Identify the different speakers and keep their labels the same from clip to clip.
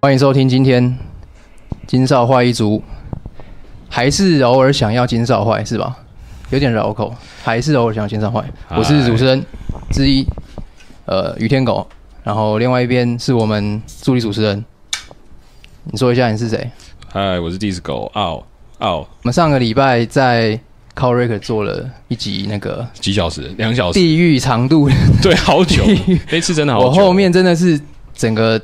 Speaker 1: 欢迎收听今天金少坏一族，还是偶尔想要金少坏是吧？有点绕口，还是偶尔想要金少坏。我是主持人之一，呃，于天狗，然后另外一边是我们助理主持人，你说一下你是谁？
Speaker 2: 嗨，哎我是 Disco 奥奥，
Speaker 1: 我们上个礼拜在 c o r e c 做了一集那个
Speaker 2: 几小时？两小时？
Speaker 1: 地狱长度，
Speaker 2: 对，好久， 那次真的好 久。哦
Speaker 1: 我后面真的是整个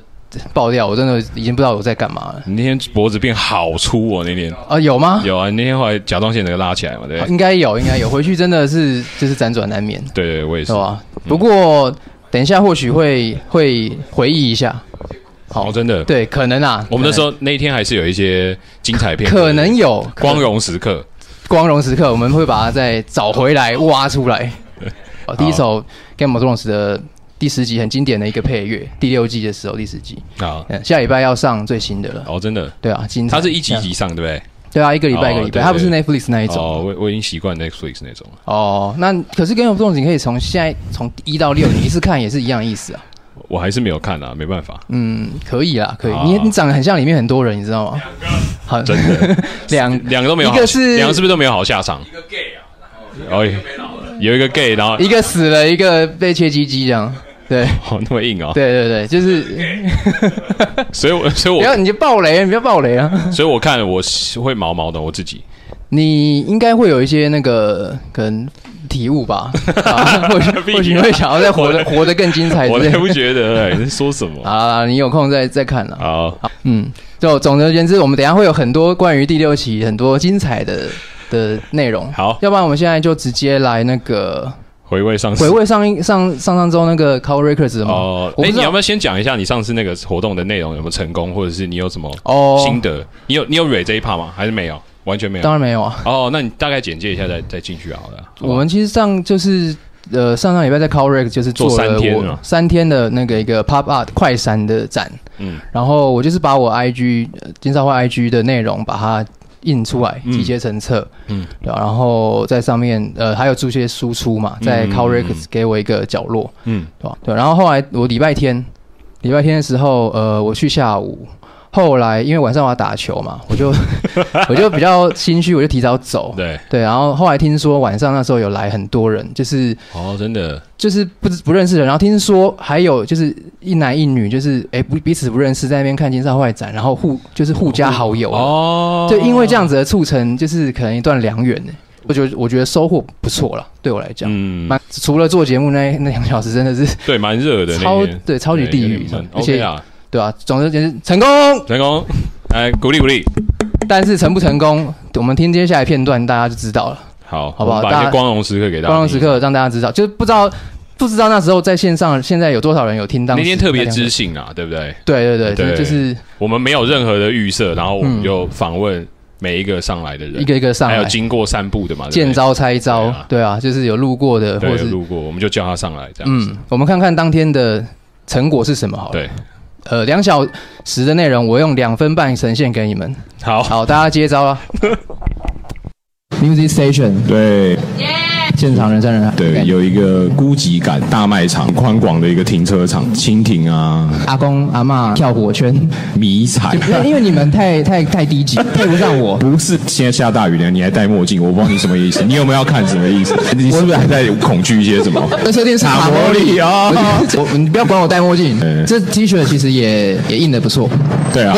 Speaker 1: 爆掉，我真的已经不知道我在干嘛了。
Speaker 2: 你那天脖子变好粗哦，那天
Speaker 1: 啊，有吗？
Speaker 2: 有啊，你那天后来甲状腺整个拉起来嘛，对不对？
Speaker 1: 哦应该有，应该有。回去真的是 就是辗转难眠，
Speaker 2: 对对，我也
Speaker 1: 是
Speaker 2: 是。嗯
Speaker 1: 吧？不过等一下或许会会回忆一下，
Speaker 2: 好，哦真的，
Speaker 1: 对，可能啊。
Speaker 2: 我们那时
Speaker 1: 候
Speaker 2: 候那一天还是有一些精彩片段，
Speaker 1: 可能有
Speaker 2: 光
Speaker 1: 荣
Speaker 2: 荣时刻。
Speaker 1: 光荣时刻，我们会把它再找回来挖出来。哦，第一首《Game of Thrones》的第十集很经典的一个配乐，第六季的时候第十集，
Speaker 2: 啊，
Speaker 1: 嗯，下礼拜要上最新的了。
Speaker 2: 哦，真的，
Speaker 1: 对啊，精彩
Speaker 2: 它是一集一集上，对不对？
Speaker 1: 对啊，一个礼拜一个
Speaker 2: 哦
Speaker 1: 礼拜，
Speaker 2: 对
Speaker 1: 它不是
Speaker 2: 对
Speaker 1: Netflix 那一种。
Speaker 2: 哦，我我已经习惯 Netflix 那种了。
Speaker 1: 哦，那可是《Game of Thrones》你可以从现在从一到六你一次看也是一样的意思啊。
Speaker 2: 我还是没有看啊，没办法，
Speaker 1: 嗯，可以啦，可以。
Speaker 2: 啊
Speaker 1: 你你长得很像里面很多人，你知道吗？好，
Speaker 2: 真的，
Speaker 1: 两
Speaker 2: 两个都没有好，
Speaker 1: 一个是
Speaker 2: 两个是不是都没有好下场？一个 gay 啊，哦，有一个 gay，然后
Speaker 1: 一个死了，一个被切鸡鸡这样。对，
Speaker 2: 哦那么硬哦，
Speaker 1: 对对对，就是
Speaker 2: 所以我所以
Speaker 1: 不
Speaker 2: 我
Speaker 1: 要你就爆雷，你不要爆雷啊！
Speaker 2: 所以我看我是会毛毛的，我自己
Speaker 1: 你应该会有一些那个可能体悟吧， 啊、或许
Speaker 2: 屁啊
Speaker 1: 或许你会想要再活得活得更精彩之
Speaker 2: 我
Speaker 1: 类
Speaker 2: 才
Speaker 1: 的。
Speaker 2: 不啊觉得、欸，你在说什么？
Speaker 1: 好啦，你有空再再看啦。
Speaker 2: 好，
Speaker 1: 嗯，就总而言之，我们等一下会有很多关于第六期很多精彩的的内容。
Speaker 2: 好
Speaker 1: 要不然我们现在就直接来那个
Speaker 2: 回味 上次
Speaker 1: 回。味上一上上上周那个 Call Records 的吗？
Speaker 2: 哦，
Speaker 1: 我
Speaker 2: 哎、
Speaker 1: 不知
Speaker 2: 你要
Speaker 1: 道
Speaker 2: 不要先讲一下你上次那个活动的内容有没有成功，或者是你有什么
Speaker 1: 哦，
Speaker 2: 心得？你有你有蕊这一趴吗？还是没有？完全没有
Speaker 1: 当。然没有啊。
Speaker 2: 哦，那你大概简介一下再再进去好了。好吧
Speaker 1: 我们其实上就是呃上上礼拜在 Call Records 就是做
Speaker 2: 做三
Speaker 1: 了
Speaker 2: 天
Speaker 1: 我
Speaker 2: 啊
Speaker 1: 三天的那个一个 Pop Art 快闪的展，
Speaker 2: 嗯
Speaker 1: 然后我就是把我 IG 呃金少会 IG 的内容把它印出来，
Speaker 2: 嗯
Speaker 1: 集结成册，
Speaker 2: 嗯
Speaker 1: 对啊然后在上面呃还有做一些输出嘛，在
Speaker 2: 嗯
Speaker 1: Call
Speaker 2: 嗯
Speaker 1: Records 给我一个角落，
Speaker 2: 嗯，
Speaker 1: 对吧？对，然后后来我礼拜天，礼拜天的时候，呃，我去下午，后来因为晚上我要打球嘛，我 就我就比较心虚，我就提早走。
Speaker 2: 嗯对，
Speaker 1: 对，然后后来听说晚上那时候有来很多人，就是
Speaker 2: 哦，真的，
Speaker 1: 就是不知不认识的人，然后听说还有就是一男一女，就是哎不彼此不认识，在那边看金少坏展，然后互就是互加好友，
Speaker 2: 哦，
Speaker 1: 啊就因为这样子的促成，就是可能一段良缘呢。我觉得我觉得收获不错了，对我来讲，
Speaker 2: 嗯，
Speaker 1: 蛮除了做节目那那两小时，真的是
Speaker 2: 对，蛮热的那
Speaker 1: 超
Speaker 2: 天，
Speaker 1: 对超级地
Speaker 2: 对有
Speaker 1: 狱
Speaker 2: 点闷，
Speaker 1: 而
Speaker 2: OK
Speaker 1: 且
Speaker 2: 啊，
Speaker 1: 对啊，总之就是成功。
Speaker 2: 成功，来鼓励鼓励，
Speaker 1: 但是成不成功，我们听接下来片段大家就知道了。
Speaker 2: 好，
Speaker 1: 好不好
Speaker 2: 我
Speaker 1: 大
Speaker 2: 们把
Speaker 1: 家
Speaker 2: 一些光荣时刻给大家听一下。
Speaker 1: 光荣时刻让大家知道，就是不知道不知道那时候在线上现在有多少人有听当时
Speaker 2: 那天特别知
Speaker 1: 那两
Speaker 2: 性啊，对不对？
Speaker 1: 个对对对，
Speaker 2: 对
Speaker 1: 就是
Speaker 2: 我们没有任何的预设，然后我们就访问每一个上来的人，
Speaker 1: 嗯一个一个上
Speaker 2: 还有
Speaker 1: 来，
Speaker 2: 经过散步的嘛，对
Speaker 1: 见
Speaker 2: 不对
Speaker 1: 招拆
Speaker 2: 对
Speaker 1: 招
Speaker 2: 啊，
Speaker 1: 对啊，就是有路过的或者
Speaker 2: 对，
Speaker 1: 是
Speaker 2: 路过我们就叫他上来这样子。
Speaker 1: 嗯，我们看看当天的成果是什么好了。
Speaker 2: 对，
Speaker 1: 呃，两小时的内容我用两分半呈现给你们。
Speaker 2: 好，
Speaker 1: 好，大家接招了。Music Station
Speaker 3: 对
Speaker 1: 现场人山人海，
Speaker 3: 对，有一个孤寂感大卖场，宽广的一个停车场，蜻蜓啊，
Speaker 1: 阿公阿嬷跳火 圈，
Speaker 3: 迷彩。
Speaker 1: 因为因为你们太太太低级，配不上我。
Speaker 3: 不是，现在下大雨了，你还戴墨镜，我不知道你什么意思。你有没有要看什么 意思？你是不是还在恐惧一些什么？
Speaker 1: 那车店是
Speaker 3: 卡摩里哦，
Speaker 1: 我你不要管我戴墨镜
Speaker 3: 嗯，
Speaker 1: 这 T 恤其实也也印的不 错，
Speaker 3: 对 啊，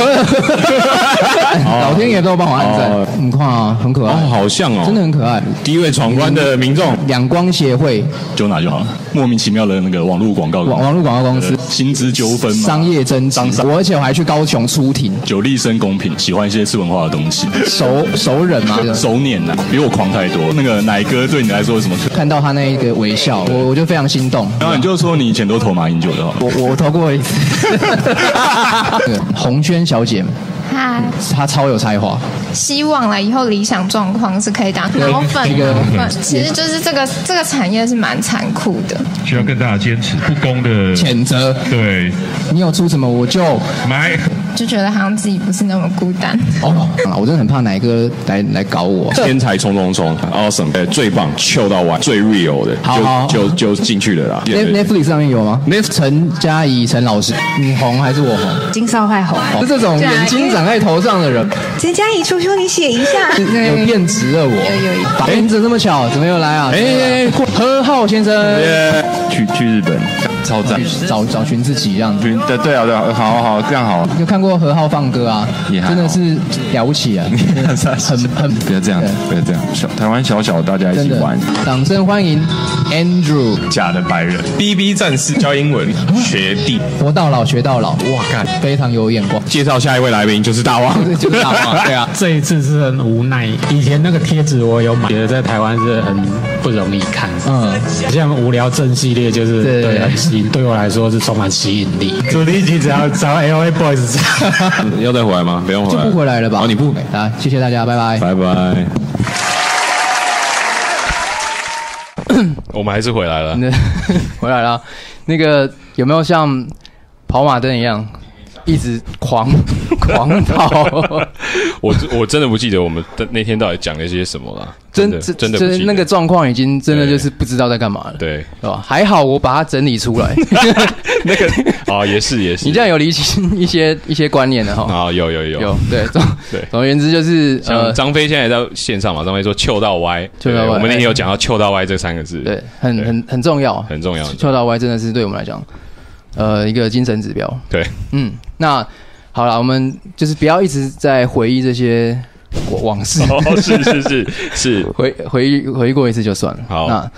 Speaker 1: 老天爷都帮我按
Speaker 3: 哦
Speaker 1: 赞。你看啊，很可
Speaker 3: 哦，
Speaker 1: 爱，
Speaker 3: 好像哦，
Speaker 1: 真的很可爱。
Speaker 3: 第一位闯关的民众
Speaker 1: 仰光协会
Speaker 3: 就拿就好了，莫名其妙的那个网络广告呃
Speaker 1: 网网络广告公司
Speaker 3: 薪资纠纷嘛，
Speaker 1: 商业征集
Speaker 3: 商，商
Speaker 1: 我而且我还去高雄出庭，
Speaker 3: 久立生公平，喜欢一些次文化的东西。
Speaker 1: 熟熟人嘛。
Speaker 3: 手捻呐、比我狂太多。那个奶哥对你来说有什么特？
Speaker 1: 看到他那一个微笑，我我就非常心动。
Speaker 3: 然后你就说你以前都投马英九的哦，
Speaker 1: 我我投过一 次，对红轩小姐，
Speaker 4: 嗨，
Speaker 1: 她超有才华。
Speaker 4: 希望了以后理想状况是可以当
Speaker 1: 对
Speaker 4: 脑粉，
Speaker 1: 这个嗯
Speaker 4: 脑粉其实就是这个这个产业是蛮残酷的。
Speaker 5: 需要更大的坚持，不公的
Speaker 1: 谴责，
Speaker 5: 对哦
Speaker 1: 你有出什么我就
Speaker 5: 买
Speaker 4: 就觉得好像自己不是那么孤单。
Speaker 5: 哦，啊我真的很怕奶哥来来搞我。
Speaker 3: 天才冲冲冲，awesome，哎，最棒，秀到完，最 real 的，
Speaker 5: 好好
Speaker 3: 就就就进去了啦。对
Speaker 5: Net-
Speaker 3: 对对
Speaker 5: Netflix 上面有吗？
Speaker 3: Netflix
Speaker 5: 陈嘉怡陈老师，你红还是我红？
Speaker 6: 金少坏红，
Speaker 5: 是这
Speaker 6: 啊
Speaker 5: 种眼睛长在头上的人，
Speaker 6: 陈嘉怡，求求你写一下。
Speaker 5: 有变质了我。
Speaker 6: 有有
Speaker 5: 哎，你怎么这么巧？怎么又来啊？
Speaker 3: 哎哎哎
Speaker 5: 哎，何浩先生，
Speaker 3: 耶
Speaker 7: 去去日本，超赞。
Speaker 3: 哎
Speaker 5: 找找寻自己这样子。
Speaker 7: 去对对啊对啊，好好这样
Speaker 3: 啊
Speaker 7: 好，
Speaker 5: 有看过何浩放歌啊？
Speaker 7: 也还好
Speaker 5: 真的是了不起啊！很很
Speaker 7: 不要这样，不要这样，小台湾小小大家一
Speaker 5: 真
Speaker 7: 起
Speaker 5: 的
Speaker 7: 玩。，
Speaker 5: 掌声欢迎 Andrew，
Speaker 8: 假的白人，BB 战士教英 文学弟，
Speaker 5: 活到老学到老，哇，干，非常有眼光。
Speaker 3: 介绍下一位来宾 就是大王，
Speaker 5: 就是大 王，对啊，
Speaker 9: 这一次是很无奈。以前那个贴纸我有买，觉得在台湾是很不容易看。
Speaker 5: 嗯，
Speaker 9: 像无聊正系列就是
Speaker 5: 对
Speaker 9: 对很吸引，对我来说是充满吸引力。主题曲只要只要 L A Boys 唱。
Speaker 3: 要再回来吗？不用回
Speaker 5: 就
Speaker 3: 来，
Speaker 5: 不回来了吧？
Speaker 3: 哦，你不，
Speaker 5: 啊，谢谢大家，拜拜。
Speaker 3: 拜拜。
Speaker 2: 我们还是回来了。
Speaker 1: 那回来了，那个有没有像跑马灯一样一直狂狂跑？
Speaker 2: 我我真的不记得我们的那天到底讲了些什么了，
Speaker 1: 真
Speaker 2: 的
Speaker 1: 真
Speaker 2: 真的不记得
Speaker 1: 那个状况已经真的
Speaker 2: 对
Speaker 1: 就是不知道在干嘛了，
Speaker 2: 对
Speaker 1: 对吧？还好我把它整理出来，
Speaker 2: 那个 啊也是也是，
Speaker 1: 你这样有理清 一些一些观念了哈。
Speaker 2: 啊有有有
Speaker 1: 有哦对总
Speaker 2: 对
Speaker 1: 总而言之就是呃
Speaker 2: 像张飞现在也在线上嘛，张飞说“糗到歪”，
Speaker 1: 糗到歪
Speaker 2: 对我们那天有讲到“糗到歪”这三个字，
Speaker 1: 对，很
Speaker 2: 对
Speaker 1: 很很重要啊，
Speaker 2: 很重要。
Speaker 1: 跳到 Y 真的是对我们来讲，呃，一个精神指标。
Speaker 2: 对，
Speaker 1: 嗯，那好了，我们就是不要一直在回忆这些往往事，
Speaker 2: 哦，是是是是，
Speaker 1: 回回忆回忆过一次就算了。
Speaker 2: 好
Speaker 1: 那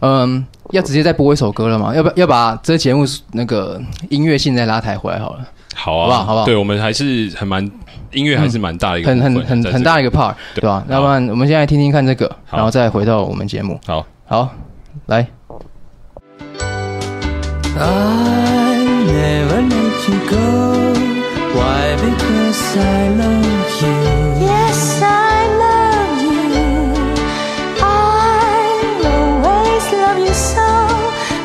Speaker 1: 嗯，要直接再播一首歌了吗？要不要要把这节目那个音乐性再拉抬回来好了？
Speaker 2: 好啊，
Speaker 1: 好不好好不好
Speaker 2: 对我们还是很蛮音乐还是蛮大的一个部
Speaker 1: 很
Speaker 2: 分，
Speaker 1: 很很
Speaker 2: 在这
Speaker 1: 很大一个 part，
Speaker 2: 对
Speaker 1: 对吧？要不然我们现在听听看这个，
Speaker 2: 好
Speaker 1: 然后再回到我们节目。
Speaker 2: 好。
Speaker 1: 好，来。
Speaker 10: I never let you go. Why? Because I love you. Yes, I love you. I always love you so.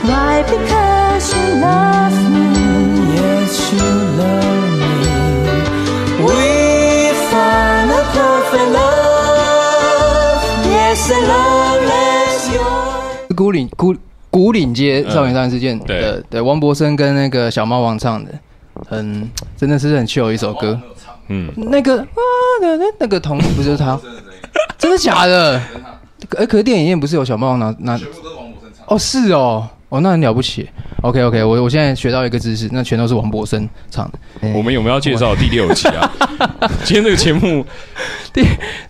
Speaker 10: Why? Because you love me. Yes, you love me. We find a perfect love. Yes, a love that's yours.
Speaker 1: 孤岭孤古岭街少年杀人事件
Speaker 2: 嗯对
Speaker 1: 的对王博生跟那个小猫王唱的，很真的是很秀一首歌。嗯，那个啊那那那个童不就是 他？真的假的？哎可可是电影院不是有小猫王拿拿？全部都是王博生唱。哦，是哦。哦，那很了不起。OK OK，我我现在学到一个知识，那全都是王博生唱的。
Speaker 2: 我们有没有要介绍第六集 啊？今天这个节目，
Speaker 1: 哦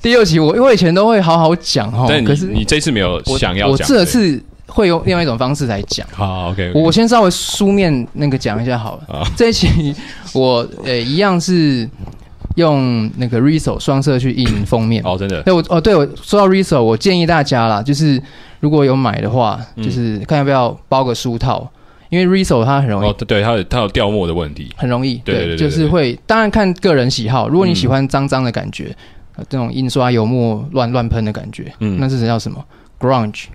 Speaker 1: 第六集我因为以前都会好好讲哦，
Speaker 2: 但你
Speaker 1: 可是
Speaker 2: 你这次没有
Speaker 1: 我
Speaker 2: 想要
Speaker 1: 我
Speaker 2: 讲
Speaker 1: 这次会用另外一种方式来讲。
Speaker 2: 对好 OK，
Speaker 1: 我先稍微书面那个讲一下好了。
Speaker 2: 啊
Speaker 1: 这一期我呃一样是用那个 Riso 双色去印封面。
Speaker 2: 哦真的
Speaker 1: 对，我哦对，我说到 Riso，我建议大家啦，就是如果有买的话，
Speaker 2: 嗯
Speaker 1: 就是看要不要包个书套，因为 Riso 它很容易。
Speaker 2: 哦对，他有他有掉墨的问题，
Speaker 1: 很容易，
Speaker 2: 对对对对嗯
Speaker 1: 就是会，当然看个人喜好。如果你喜欢脏脏的感觉，呃这种印刷油墨乱乱喷的感觉，
Speaker 2: 嗯
Speaker 1: 那是叫什么？grunge，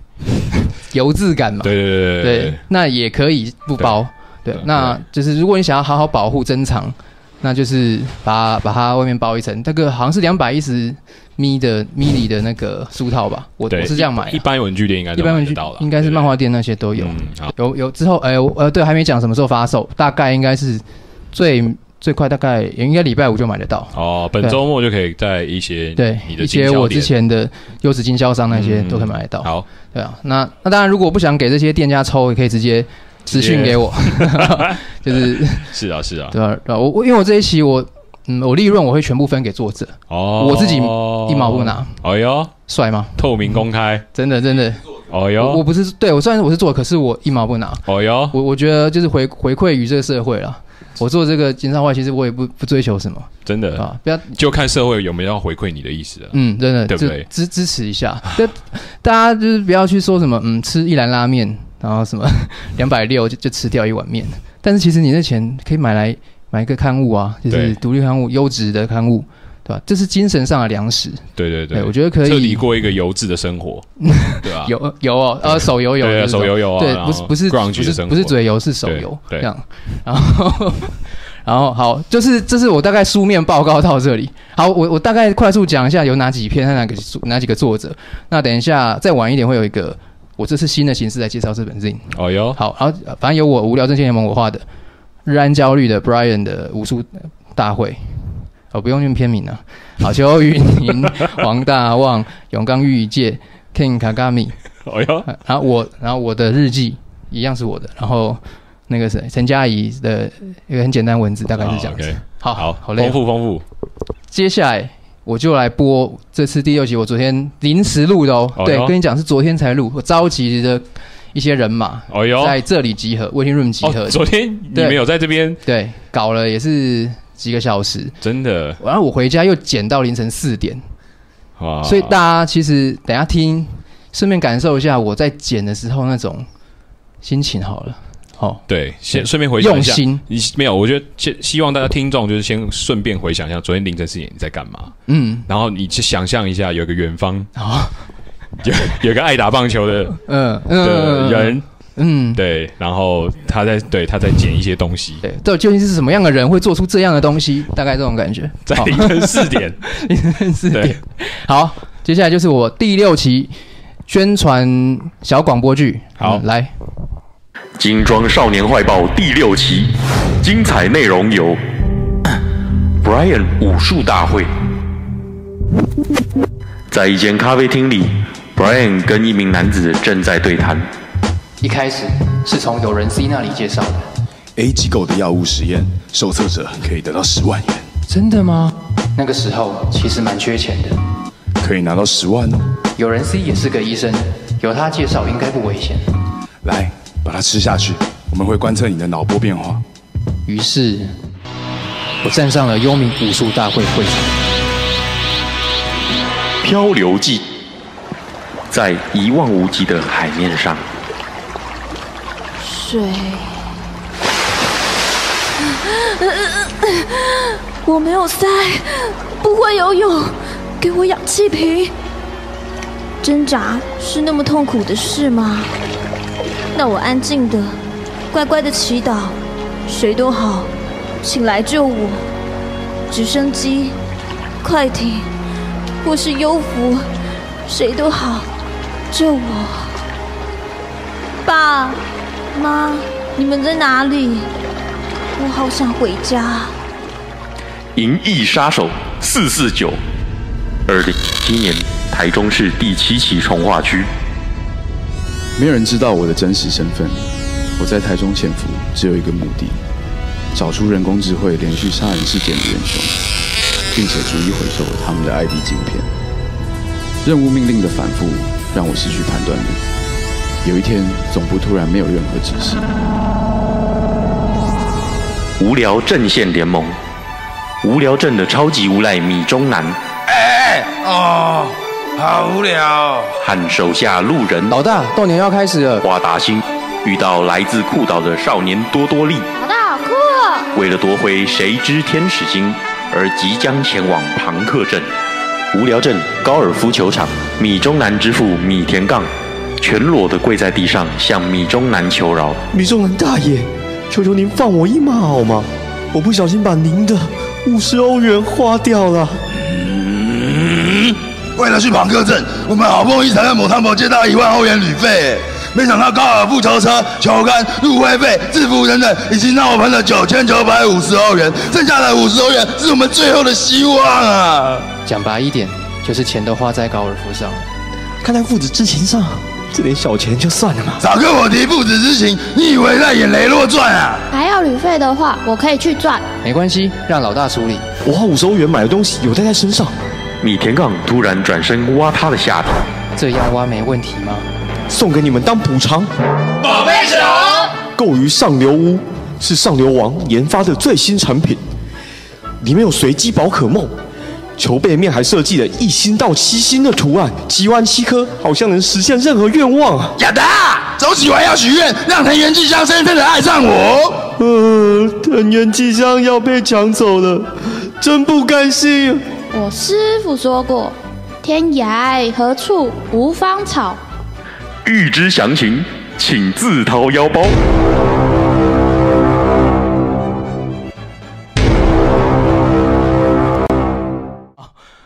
Speaker 1: 油渍感嘛。
Speaker 2: 对对对对
Speaker 1: 啊对，那也可以不包。对
Speaker 2: 对，
Speaker 1: 那就是如果你想要好好保护珍藏，那就是把把它外面包一层，那个好像是两百一十米的米里的那个书套吧，我
Speaker 2: 对，
Speaker 1: 我是这样买的
Speaker 2: 一。般文具店应该
Speaker 1: 一
Speaker 2: 都
Speaker 1: 般
Speaker 2: 买
Speaker 1: 文
Speaker 2: 得
Speaker 1: 具
Speaker 2: 到了，
Speaker 1: 应该是漫画
Speaker 2: 对
Speaker 1: 店那些都有，
Speaker 2: 嗯好
Speaker 1: 有有之后，哎、我呃，对，还没讲什么时候发售，大概应该是最最快，大概也应该礼拜五就买得到。
Speaker 2: 哦，本周末就可以在一些
Speaker 1: 对，
Speaker 2: 你的
Speaker 1: 一些
Speaker 2: 经销
Speaker 1: 我
Speaker 2: 店
Speaker 1: 之前的优质经销商那些
Speaker 2: 嗯
Speaker 1: 都可以买得到。
Speaker 2: 好，
Speaker 1: 对啊，那那当然，如果不想给这些店家抽，也可以直接私讯给 我，就是
Speaker 2: 是啊是啊，
Speaker 1: 对啊，对啊，我我因为我这一期我嗯，我利润我会全部分给作者，
Speaker 2: 哦，
Speaker 1: 我自己一毛不拿，
Speaker 2: 哎呦，
Speaker 1: 帅吗？
Speaker 2: 透明公开，
Speaker 1: 真的真的，
Speaker 2: 哎
Speaker 1: 我我
Speaker 2: 呦，
Speaker 1: 不是对我虽然我是作者，可是我一毛不拿，
Speaker 2: 哎呦，
Speaker 1: 我我觉得就是回回馈于这个社会了。我做这个经商外，其实我也不不追求什么
Speaker 2: 真的
Speaker 1: 啊，不要
Speaker 2: 就看社会有没有要回馈你的意思了。
Speaker 1: 嗯，真的
Speaker 2: 对不
Speaker 1: 就
Speaker 2: 对
Speaker 1: 支支持一下， 就大家就是不要去说什么嗯，吃一兰拉面，然后什么 两百六就就吃掉一碗面，但是其实你那钱可以买来买一个刊物啊，就是
Speaker 2: 对
Speaker 1: 独立刊物、优质的刊物，对吧？这是精神上的粮食。
Speaker 2: 对对
Speaker 1: 哎对我觉得可以
Speaker 2: 彻底过一个油质的 生活，对吧？
Speaker 1: 有呃有哦，呃，手游有，
Speaker 2: 啊对啊
Speaker 1: 就是说
Speaker 2: 手游有啊
Speaker 1: 对
Speaker 2: 然，后
Speaker 1: 不是不是
Speaker 2: grunge
Speaker 1: 不
Speaker 2: 的
Speaker 1: 是
Speaker 2: 生活
Speaker 1: 不是嘴游是手游
Speaker 2: 对对
Speaker 1: 这样，然后然后好，就是这是我大概书面报告到这里。好，我我大概快速讲一下有哪几篇、哪个书哪几个作者。那等一下再晚一点会有一个，我这是新的形式来介绍这本 Zin。
Speaker 2: 哦哟，
Speaker 1: 好，然后呃反正有我无聊正线联盟我画的，日安焦虑的 Brian 的武术大会，哦，不用念片名啊。好，邱雨 宁、王大旺、永刚玉介、King Kagami，
Speaker 2: 哦哟，
Speaker 1: 啊然后我，然后我的日记一样是我的，然后那个谁，陈佳怡的一个很简单文字，大概是这样子。
Speaker 2: 哦，OK
Speaker 1: 好
Speaker 2: 好，
Speaker 1: 好累
Speaker 2: 丰
Speaker 1: 哦。
Speaker 2: 富丰富。
Speaker 1: 接下来我就来播这次第六集，我昨天临时录的哦。
Speaker 2: 哦哟
Speaker 1: 对，跟你讲是昨天才录，我召集的一些人马
Speaker 2: 哦哟，
Speaker 1: 在这里集合，waiting room 集合
Speaker 2: 哦，。昨天你
Speaker 1: 对
Speaker 2: 没有在这边，
Speaker 1: 对，搞了也是几个小时，
Speaker 2: 真的
Speaker 1: 然后我回家又剪到凌晨四点，
Speaker 2: 哇！
Speaker 1: 所以大家其实等一下听，顺便感受一下我在剪的时候那种心情好了。好，
Speaker 2: 对，先顺便回想一下，
Speaker 1: 用心
Speaker 2: 你没有？我觉得先希望大家听众就是先顺便回想一下昨天凌晨四点你在干嘛，
Speaker 1: 嗯，
Speaker 2: 然后你去想象一下有一个远方
Speaker 1: 好，
Speaker 2: 有有个爱打棒球的
Speaker 1: 嗯
Speaker 2: 的
Speaker 1: 嗯，
Speaker 2: 人，
Speaker 1: 嗯，
Speaker 2: 对，然后他在对他在捡一些东西，
Speaker 1: 对，到底究竟是什么样的人会做出这样的东西？大概这种感觉。
Speaker 2: 在凌晨四点，
Speaker 1: 四
Speaker 2: 对
Speaker 1: 点。好，接下来就是我第六期宣传小广播剧。
Speaker 2: 好
Speaker 1: 嗯来，
Speaker 11: 《精装少年快报》第六期，精彩内容由 Brian 武术大会。在一间咖啡厅里，Brian 跟一名男子正在对谈。
Speaker 1: 一开始是从友人 C 那里介绍的。
Speaker 12: A 机构的药物实验，受测者可以得到十万元，
Speaker 1: 真的吗？那个时候其实蛮缺钱的。
Speaker 12: 可以拿到十万哦。
Speaker 1: 友人 C 也是个医生，由他介绍应该不危险。
Speaker 12: 来，把它吃下去，我们会观测你的脑波变化。
Speaker 1: 于是，我站上了幽冥武术大会会场。
Speaker 11: 《漂流记》在一望无际的海面上，
Speaker 13: 水。我没有塞，不会游泳，给我氧气瓶。挣扎是那么痛苦的事吗？那我安静的、乖乖的祈祷，谁都好，请来救我。直升机、快艇，或是幽浮，谁都好，救我。爸妈，你们在哪里？我好想回家。
Speaker 11: 《银翼杀手四四九》，二零一七年台中市第七期从化区。
Speaker 12: 没有人知道我的真实身份。我在台中潜伏，只有一个目的：找出人工智慧连续杀人事件的元凶，并且逐一回收他们的 ID 晶片。任务命令的反复让我失去判断力。有一天，总部突然没有任何指示。
Speaker 11: 无聊阵线联盟，无聊镇的超级无赖米中南
Speaker 14: 哎哦，好无聊、
Speaker 11: 和手下路人
Speaker 1: 老大斗牛要开始了。
Speaker 11: 花达星遇到来自库岛的少年多多利，
Speaker 13: 老大好酷哦！
Speaker 11: 为了夺回谁知天使星，而即将前往庞克镇。无聊镇高尔夫球场，米中南之父米田杠全裸的跪在地上向米中南求饶。
Speaker 15: 米中南大爷，求求您放我一马好吗？我不小心把您的五十欧元花掉了。
Speaker 14: 为了去庞克镇，我们好不容易才在某汤某借到一万欧元旅费，没想到高尔夫球车、球杆、入会费、制服等等，已经让我喷了九千九百五十欧元，剩下的五十欧元是我们最后的希望啊！
Speaker 1: 讲白一点，就是钱都花在高尔夫上。
Speaker 15: 看在父子之情上，这点小钱就算了嘛。
Speaker 14: 早跟我提父子之情，你以为在演《雷洛传》啊？
Speaker 16: 还要旅费的话，我可以去赚。
Speaker 1: 没关系，让老大处理。
Speaker 15: 我花五十欧元买的东西有带在身上，
Speaker 11: 米田杠突然转身挖他的下体，
Speaker 1: 这样挖没问题吗？
Speaker 15: 送给你们当补偿。
Speaker 14: 宝贝啊熊，
Speaker 15: 购于上流屋，是上流王研发的最新产品，里面有随机宝可梦，球背面还设计了一星到七星的图案，集完七颗，好像能实现任何愿望啊！
Speaker 14: 亚达，走起完要许愿，让藤原纪香深深的爱上我。
Speaker 15: 呃，藤原纪香要被抢走了，真不甘心。
Speaker 16: 我师傅说过，天涯何处无芳草。
Speaker 11: 欲知详情，请自掏腰包。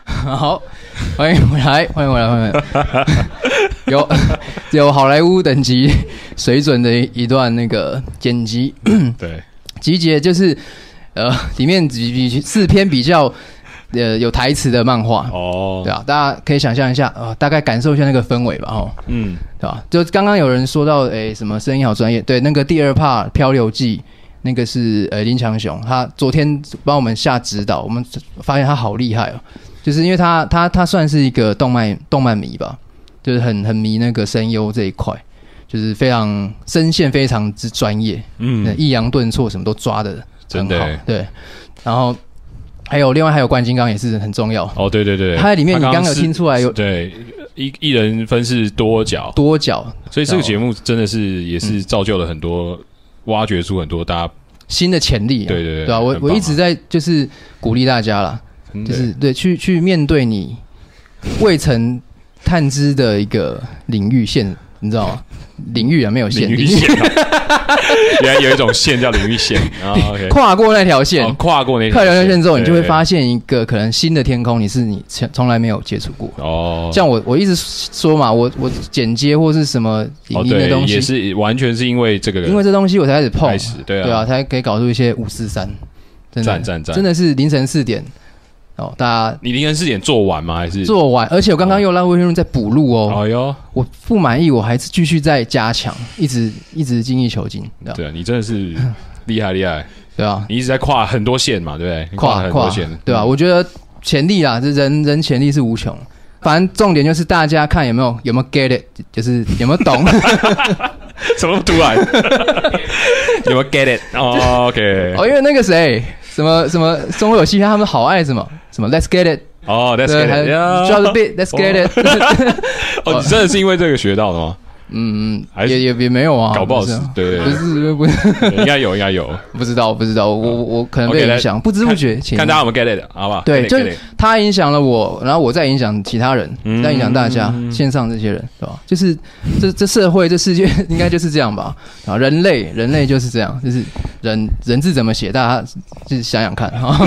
Speaker 1: 好，欢迎回来，欢迎回来，欢迎回来。 有有好莱坞等级水准的一段那个剪辑，
Speaker 2: 对，
Speaker 1: 集结就是呃，里面几比四篇比较呃有台词的漫画
Speaker 2: 哦，
Speaker 1: 对啊，大家可以想象一下啊、呃大概感受一下那个氛围吧，哦，
Speaker 2: 嗯，
Speaker 1: 对吧？就刚刚有人说到，诶，什么声音好专业？对，那个第二帕《漂流记》，那个是呃林强雄，他昨天帮我们下指导，我们发现他好厉害哦，就是因为他他他算是一个动漫动漫迷吧，就是很很迷那个声优这一块，就是非常声线非常之专业，
Speaker 2: 嗯，
Speaker 1: 抑扬顿挫什么都抓的
Speaker 2: 真的欸
Speaker 1: 对，然后还有另外还有冠金刚也是很重要，
Speaker 2: 哦，对对对，
Speaker 1: 它里面你刚刚有
Speaker 2: 是
Speaker 1: 听出来有
Speaker 2: 对一一人分饰多角，
Speaker 1: 多角，
Speaker 2: 所以这个节目真的是也是造就了很多，挖掘出很多大家
Speaker 1: 新的潜力、啊，
Speaker 2: 对对对
Speaker 1: 对啊，我
Speaker 2: 很棒嗯
Speaker 1: 我一直在就是鼓励大家啦，
Speaker 2: 的
Speaker 1: 就是对去去面对你未曾探知的一个领域线，你知道吗？领域啊，没有线，
Speaker 2: 领域 线 啊，原来有一种线叫领域线啊，OK，
Speaker 1: 跨过那条线，
Speaker 2: 哦跨过那条
Speaker 1: 跨条线之后，你就会发
Speaker 2: 现
Speaker 1: 现一个可能新的天空，你是你从从来没有接触过。
Speaker 2: 哦，
Speaker 1: 像我我一直说嘛，我我剪接或是什么影
Speaker 2: 哦
Speaker 1: 音的
Speaker 2: 对
Speaker 1: 东，西，
Speaker 2: 也是完全是因为这个，
Speaker 1: 因为这东西我才开始碰，
Speaker 2: 开始对啊
Speaker 1: 对啊，才可以搞出一些五四三，真的
Speaker 2: 赞赞赞
Speaker 1: 真的是凌晨四点哦，大家
Speaker 2: 你凌晨四点做完吗？还是
Speaker 1: 做完，而且我刚刚又让魏先生在补录哦。
Speaker 2: 哎呦，
Speaker 1: 我不满意，我还是继续在加强，一直一直精益求精，对啊
Speaker 2: 对啊，你真 的是厉害厉害，
Speaker 1: 对啊，
Speaker 2: 你一直在跨很多线嘛，对不对？你
Speaker 1: 跨
Speaker 2: 很
Speaker 1: 跨
Speaker 2: 多线，，嗯
Speaker 1: 对啊吧、我觉得潜力啊，这人人潜力是无穷。反正重点就是大家看有没有有没有 get it，就是有没有 懂。
Speaker 2: 怎么突然？ 有没有 get it？哦，OK，
Speaker 1: 哦，因为那个谁，什么什么中国有嘻哈，他们好爱什么什么 Let's get it，
Speaker 2: 哦，Let's
Speaker 1: 对
Speaker 2: get
Speaker 1: 还
Speaker 2: it，
Speaker 1: drop the beat，Let's get it，
Speaker 2: 哦，你真的是因为这个学到的吗？
Speaker 1: 嗯，也也也没有啊，
Speaker 2: 搞不好
Speaker 1: 是
Speaker 2: 是
Speaker 1: 啊，
Speaker 2: 对
Speaker 1: 不
Speaker 2: 对
Speaker 1: 是不是
Speaker 2: 对，应该有，应该有，
Speaker 1: 不知道不知道，我我我可能被
Speaker 2: OK，来
Speaker 1: 影响，不知不觉，
Speaker 2: 看大家有没有 get it，好不好？
Speaker 1: 对，
Speaker 2: get it，
Speaker 1: 就是
Speaker 2: get it
Speaker 1: 他影响了我，然后我再影响其他人，
Speaker 2: 嗯
Speaker 1: 再影响大家线上这些人，对吧？就是这这社会这世界 应该就是这样吧？啊，人类人类就是这样，就是人人字怎么写，大家就是想想看 哈。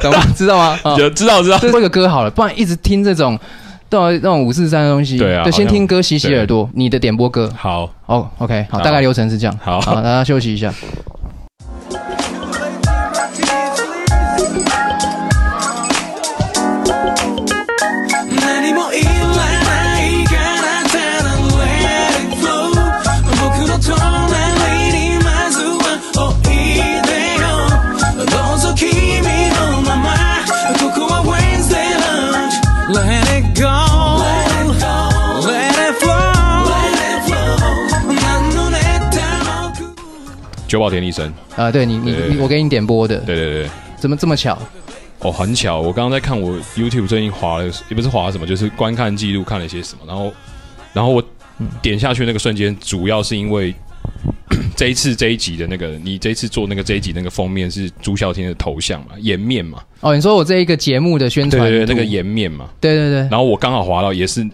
Speaker 1: 懂吗？知道 吗？啊
Speaker 2: 有知道知道
Speaker 1: 就这个歌好了，不然一直听这种到那种五四三的东西，
Speaker 2: 对啊
Speaker 1: 就先
Speaker 2: 好像
Speaker 1: 听歌洗洗耳朵。你的点播歌，
Speaker 2: 好，
Speaker 1: 哦，OK，好，
Speaker 2: 好
Speaker 1: 大概流程是这样。
Speaker 2: 好
Speaker 1: 大家休息一下。
Speaker 10: 何もいらないからただ let it flow 僕の隣にまずはおいでよどうぞ君のままここは Wednesday lunch Let it go Let it flow 何のネタも
Speaker 2: 九保田医生，
Speaker 1: 啊，对你你
Speaker 2: 对
Speaker 1: 你，我给你点播的，
Speaker 2: 对对对。
Speaker 1: 怎么这么巧？
Speaker 2: 哦，很巧，我刚刚在看我 YouTube 最近划了，也不是划什么，就是观看记录看了些什么，然后，然后我点下去那个瞬间，主要是因为 这一次这一集的那个，你这一次做那个这一集那个封面是朱孝天的头像嘛，颜面嘛，
Speaker 1: 哦，你说我这一个节目的宣
Speaker 2: 对
Speaker 1: 传
Speaker 2: 对对，
Speaker 1: 图
Speaker 2: 那个颜面嘛，
Speaker 1: 对对对，
Speaker 2: 然后我刚好划到也是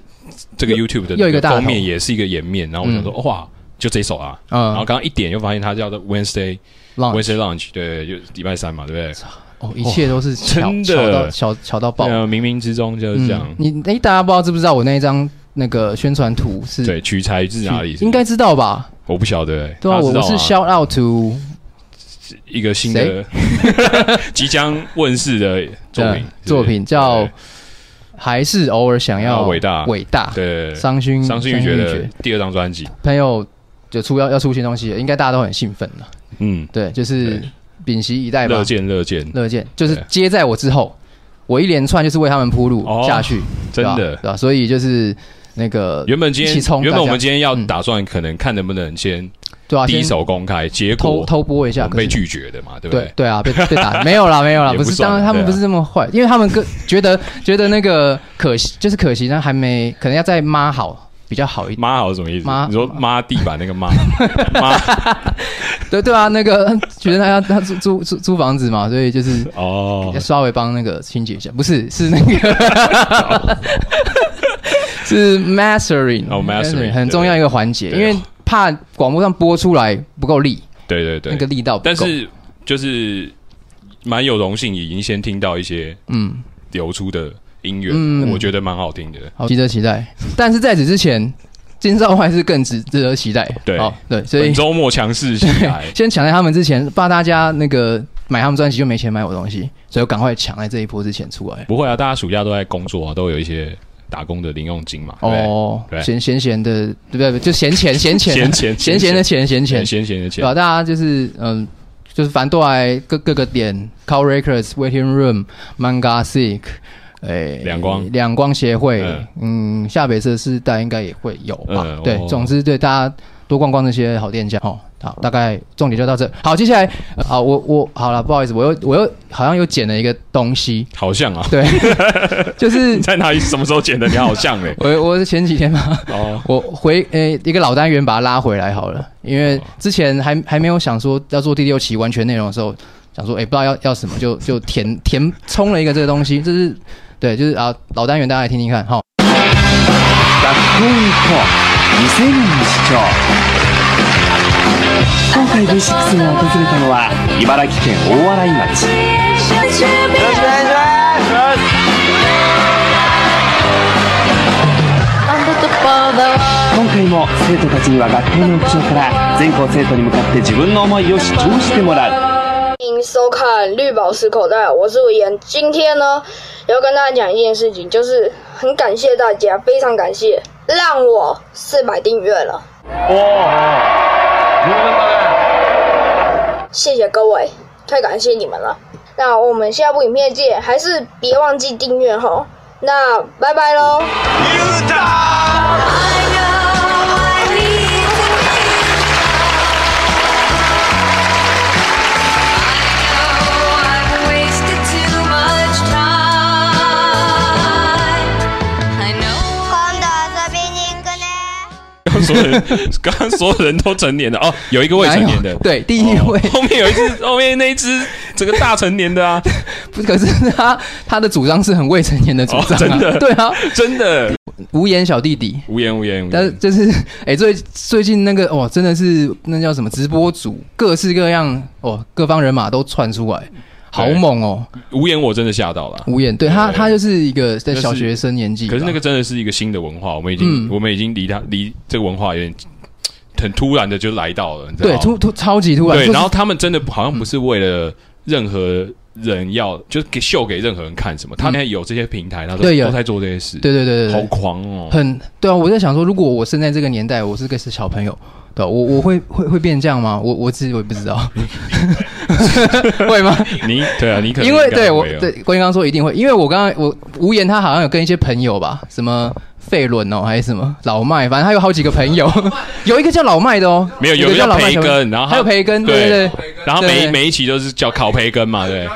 Speaker 2: 这个 YouTube 的
Speaker 1: 又一个大头
Speaker 2: 封面也是一个颜面，然后我想说、哇，就这首嗯啊，
Speaker 1: 嗯
Speaker 2: 然后刚刚一点就发现它叫做 Wednesday
Speaker 1: Lunch
Speaker 2: Wednesday Lunch，对，就礼拜三嘛，对不对？
Speaker 1: 哦，一切都是巧
Speaker 2: 真
Speaker 1: 巧到
Speaker 2: 的
Speaker 1: 巧巧到爆。
Speaker 2: 对啊冥冥之中就是这样。
Speaker 1: 嗯，你哎，大家不知道知不知道我那一张那个宣传图是？
Speaker 2: 对，取材自哪里？
Speaker 1: 应该知道吧？
Speaker 2: 我不晓得、欸。
Speaker 1: 对啊，
Speaker 2: 大家
Speaker 1: 我
Speaker 2: 知道
Speaker 1: 我是
Speaker 2: 吗
Speaker 1: shout out to
Speaker 2: 一个新的 即将问世的作
Speaker 1: 对
Speaker 2: 品，
Speaker 1: 作品叫《还是偶尔想要
Speaker 2: 啊伟大
Speaker 1: 伟大》。
Speaker 2: 对对对
Speaker 1: 伤心
Speaker 2: 伤心
Speaker 1: 伤
Speaker 2: 欲
Speaker 1: 心欲
Speaker 2: 绝的
Speaker 1: 绝
Speaker 2: 第二张专辑。
Speaker 1: 朋友就出要要出新东西了，应该大家都很兴奋了。
Speaker 2: 嗯，
Speaker 1: 对，就是屏息以待吧。
Speaker 2: 乐见乐见，
Speaker 1: 乐见，就是
Speaker 2: 对
Speaker 1: 接在我之后，我一连串就是为他们铺路
Speaker 2: 哦
Speaker 1: 下去，
Speaker 2: 真的
Speaker 1: 对吧对吧？所以就是那个
Speaker 2: 原本今
Speaker 1: 一起冲
Speaker 2: 天，
Speaker 1: 大家，嗯
Speaker 2: 原本我们今天要打算可能看能不能先
Speaker 1: 对啊
Speaker 2: 第一
Speaker 1: 先
Speaker 2: 手公开，结
Speaker 1: 偷
Speaker 2: 果
Speaker 1: 偷播一
Speaker 2: 我
Speaker 1: 下，
Speaker 2: 们
Speaker 1: 可
Speaker 2: 被
Speaker 1: 是
Speaker 2: 拒绝的嘛，对不
Speaker 1: 对？对啊，被被打没有 啦，没有啦，
Speaker 2: 也
Speaker 1: 不
Speaker 2: 不
Speaker 1: 是，
Speaker 2: 算
Speaker 1: 当然他们
Speaker 2: 对啊
Speaker 1: 不是这么坏，因为他们个觉得觉得那个可惜，就是可惜，但还没可能要再抹好比较好一点。
Speaker 2: 妈好是什么意思
Speaker 1: 妈？
Speaker 2: 你说妈地板那个 妈，
Speaker 1: 对对啊，那个 觉得他要他租租租租房子嘛，所以就是
Speaker 2: 哦，
Speaker 1: 稍微帮那个清洁一下，不是是那 个是 mastering
Speaker 2: 哦 mastering，
Speaker 1: 很重要一个环节，因为怕广播上播出来不够力，
Speaker 2: 对对对，
Speaker 1: 那个力道不够
Speaker 2: 但是就是蛮有荣幸，已经先听到一些
Speaker 1: 嗯
Speaker 2: 流出的音乐，
Speaker 1: 嗯
Speaker 2: 我觉得蛮好听的。
Speaker 1: 好，值得期待。但是在此之前，金兆坏是更值值得期待。
Speaker 2: 对，
Speaker 1: 好，对，所以
Speaker 2: 本周末强势起来，
Speaker 1: 先抢在他们之前，怕大家那个买他们专辑就没钱买我东西，所以我赶快抢在这一波之前出来。
Speaker 2: 不会啊，大家暑假都在工作啊，都有一些打工的零用金嘛。对不对
Speaker 1: 哦，
Speaker 2: 对，
Speaker 1: 闲闲闲的，对不对？就闲钱，闲钱，啊
Speaker 2: 闲钱
Speaker 1: 闲钱的钱，闲钱，
Speaker 2: 闲闲的钱
Speaker 1: 对啊吧？大家就是嗯，就是反对来各各个点，Call Records、Waiting Room、Manga Sick，哎，
Speaker 2: 两光
Speaker 1: 两光协会，嗯，下北社世代应该也会有吧
Speaker 2: 嗯？
Speaker 1: 对
Speaker 2: 哦，
Speaker 1: 总之对大家多逛逛那些好店家哦。好，大概重点就到这。好，接下来，呃好，我我好了，不好意思，我又我又好像又捡了一个东西，
Speaker 2: 好像啊，
Speaker 1: 对， 就是，
Speaker 2: 你在哪里什么时候剪的？你好像嘞
Speaker 1: 我我是前几天嘛，
Speaker 2: 哦，
Speaker 1: 我回呃、一个老单元把它拉回来好了，因
Speaker 2: 哦
Speaker 1: 为之前还还没有想说要做第六期完全内容的时候，想说哎、不知道要要什么，就就填填充了一个这个东西，这是对，就是啊老单元大家来听听看哈。
Speaker 17: 今回 V6 が訪れたのは茨城県大洗町
Speaker 10: 今
Speaker 17: 今回も生徒たちには学校の屋上から全校生徒に向かって自分の思いを主張してもらう
Speaker 18: 欢迎收看《绿宝石口袋》，我是维言。今天呢，要跟大家讲一件事情，就是 很感谢大家，非常感谢，让我四百订阅了。谢谢各位，太感谢你们了。那我们下部影片见，还是别忘记订阅吼。那拜拜喽。
Speaker 2: 刚刚所有人， 刚刚所有人都成年的哦，有一个未成年的，
Speaker 1: 哎
Speaker 2: 哦
Speaker 1: 对，第一位、
Speaker 2: 后面有一只，后面那一只，整个大成年的啊，
Speaker 1: 不是，可是他他的主张是很未成年的主张、啊
Speaker 2: 哦真的
Speaker 1: 对啊，
Speaker 2: 真的
Speaker 1: 无言小弟弟，
Speaker 2: 无言无言无言。
Speaker 1: 但是就是哎、最最近那个哦，真的是那叫什么直播组，各式各样哦，各方人马都窜出来，好
Speaker 2: 对
Speaker 1: 猛哦。
Speaker 2: 无言我真的吓到了。
Speaker 1: 无言，对他，他就是一个在
Speaker 2: 就是
Speaker 1: 小学生年纪吧，
Speaker 2: 可是那个真的是一个新的文化，我们已经、
Speaker 1: 嗯
Speaker 2: 我们已经离它离这个文化有点很突然的就来到了，你知道
Speaker 1: 对
Speaker 2: 吗？
Speaker 1: 突突超级突然，
Speaker 2: 啊对，
Speaker 1: 就是
Speaker 2: 然后他们真的好像不是为了任何人要，就是给秀给任何人看什么，他们有这些平台，他说
Speaker 1: 嗯对有
Speaker 2: 都在做这些事，
Speaker 1: 对对对对
Speaker 2: 好
Speaker 1: 对
Speaker 2: 狂哦，
Speaker 1: 很对啊，我在想说，如果我生在这个年代，我是个是小朋友，对啊吧、我我会会会变这样吗？我我自己我也不知道， 会吗？
Speaker 2: 你对啊，你可能
Speaker 1: 因为
Speaker 2: 应该
Speaker 1: 对
Speaker 2: 会
Speaker 1: 我
Speaker 2: 哦
Speaker 1: 对关于刚刚说一定会，因为我刚刚我无言他好像有跟一些朋友吧，什么费伦哦还是什么老麦，反正他有好几个朋友， 有一个叫老麦的哦，
Speaker 2: 没有
Speaker 1: 一
Speaker 2: 有
Speaker 1: 个
Speaker 2: 一个叫
Speaker 1: 老麦
Speaker 2: 培
Speaker 1: 小朋友
Speaker 2: 根，然后他
Speaker 1: 还有培根，对对
Speaker 2: 对
Speaker 1: 对，
Speaker 2: 然后
Speaker 1: 对
Speaker 2: 每
Speaker 1: 对
Speaker 2: 每一期都是叫烤培根嘛，对，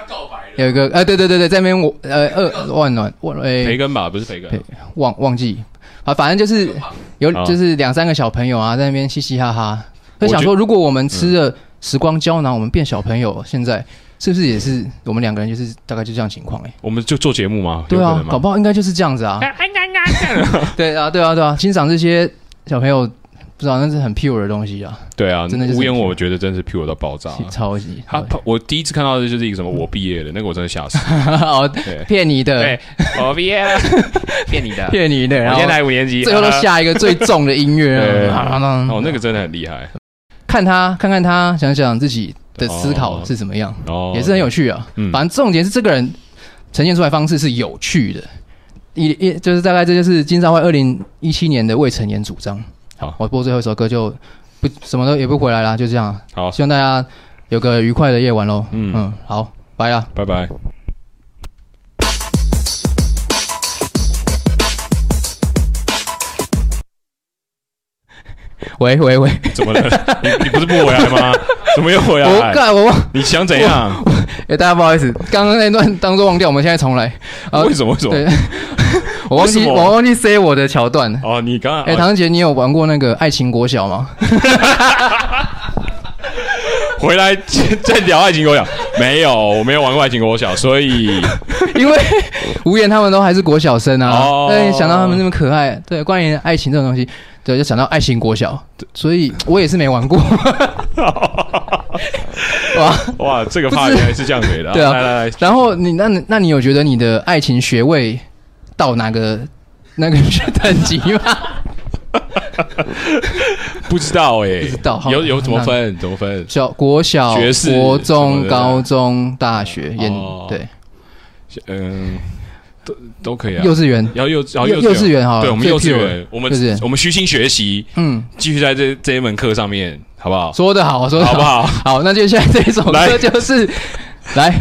Speaker 1: 有一个呃对对对对，在那边我呃二万暖万哎
Speaker 2: 培根吧，不是培根，
Speaker 1: 忘忘记啊，反正就是有
Speaker 2: 哦
Speaker 1: 就是两三个小朋友啊，在那边嘻嘻哈哈。
Speaker 2: 我
Speaker 1: 会
Speaker 2: 觉嗯
Speaker 1: 想说，如果我们吃了时光胶囊，我们变小朋友，现在是不是也是我们两个人就是大概就这样情况哎、
Speaker 2: 我们就做节目嘛，
Speaker 1: 对
Speaker 2: 有可
Speaker 1: 啊
Speaker 2: 能，吗
Speaker 1: 搞不好应该就是这样子啊。 对啊，对啊，对啊，欣赏这些小朋友，不知道那是很 pure 的东西啊。
Speaker 2: 对啊，
Speaker 1: 真的就是哎
Speaker 2: 无言，我觉得真是 pure 到爆炸，啊
Speaker 1: 超级。
Speaker 2: 他我第一次看到的就是一个
Speaker 1: 嗯
Speaker 2: 什么我毕业了，那个我真的吓死。
Speaker 1: 哦
Speaker 2: 对，
Speaker 1: 骗你的，
Speaker 2: 对，我 毕业了，骗你的
Speaker 1: 骗你的。然后
Speaker 2: 我现在五年级，
Speaker 1: 最后都
Speaker 2: 哈哈
Speaker 1: 下一个最重的音乐
Speaker 2: 对
Speaker 1: 啊。
Speaker 2: 哦，那个真的很厉害。
Speaker 1: 看他，看看他，想想自己的思考是怎么样，
Speaker 2: 哦
Speaker 1: 也是很有趣啊。
Speaker 2: 嗯
Speaker 1: 反正重点是这个人呈现出来方式是有趣的，一一就是大概这就是金兆会二零一七年的未成年主张。
Speaker 2: 好，
Speaker 1: 我播最后一首歌就不什么都也不回来啦，就这样。
Speaker 2: 好，
Speaker 1: 希望大家有个愉快的夜晚喽。嗯嗯，好，拜啦，
Speaker 2: 拜拜。
Speaker 1: 喂喂喂，
Speaker 2: 怎么了？ 你你不是不回来吗？怎么又回来？
Speaker 1: 我哦干我忘
Speaker 2: 你想怎样？
Speaker 1: 哎、大家不好意思，刚刚那段当做忘掉，我们现在重来。啊
Speaker 2: 为什么为什么
Speaker 1: 对，我忘
Speaker 2: 哦为
Speaker 1: 记
Speaker 2: 什么
Speaker 1: 我忘记塞我的桥段。
Speaker 2: 哦，你刚刚
Speaker 1: 哎、唐姐，你有玩过那个《爱情国小》吗？
Speaker 2: 回来 再聊爱情国小？没有，我没有玩过爱情国小，所 以
Speaker 1: 因为无言他们都还是国小生啊，
Speaker 2: 哦
Speaker 1: 对，想到他们那么可爱，对，关于爱情这种东西，对， 就想到爱情国小，所以我也是没玩过。吗？
Speaker 2: 哇，这个怕原来是这样给的、
Speaker 1: 对啊，
Speaker 2: 来来来，
Speaker 1: 然后你那你那你有觉得你的爱情学位到哪个 那个等级 吗？
Speaker 2: 不知道哎、不知
Speaker 1: 道好
Speaker 2: 有有怎么分？怎么分？
Speaker 1: 小国小、
Speaker 2: 学士
Speaker 1: 国
Speaker 2: 什么
Speaker 1: 中、
Speaker 2: 的哦
Speaker 1: 高中、大学、研对，
Speaker 2: 嗯，都都可以啊。
Speaker 1: 幼稚园
Speaker 2: 要幼要
Speaker 1: 幼
Speaker 2: 幼
Speaker 1: 稚园好了
Speaker 2: 对，我们
Speaker 1: 最
Speaker 2: 幼稚
Speaker 1: pure
Speaker 2: 园，我们
Speaker 1: 幼稚园
Speaker 2: 我们虚心学习，
Speaker 1: 嗯，
Speaker 2: 继续在这这一门课上面，好不好？
Speaker 1: 说得好，说得
Speaker 2: 好不好？
Speaker 1: 好，那接下来这一首
Speaker 2: 来
Speaker 1: 歌就是来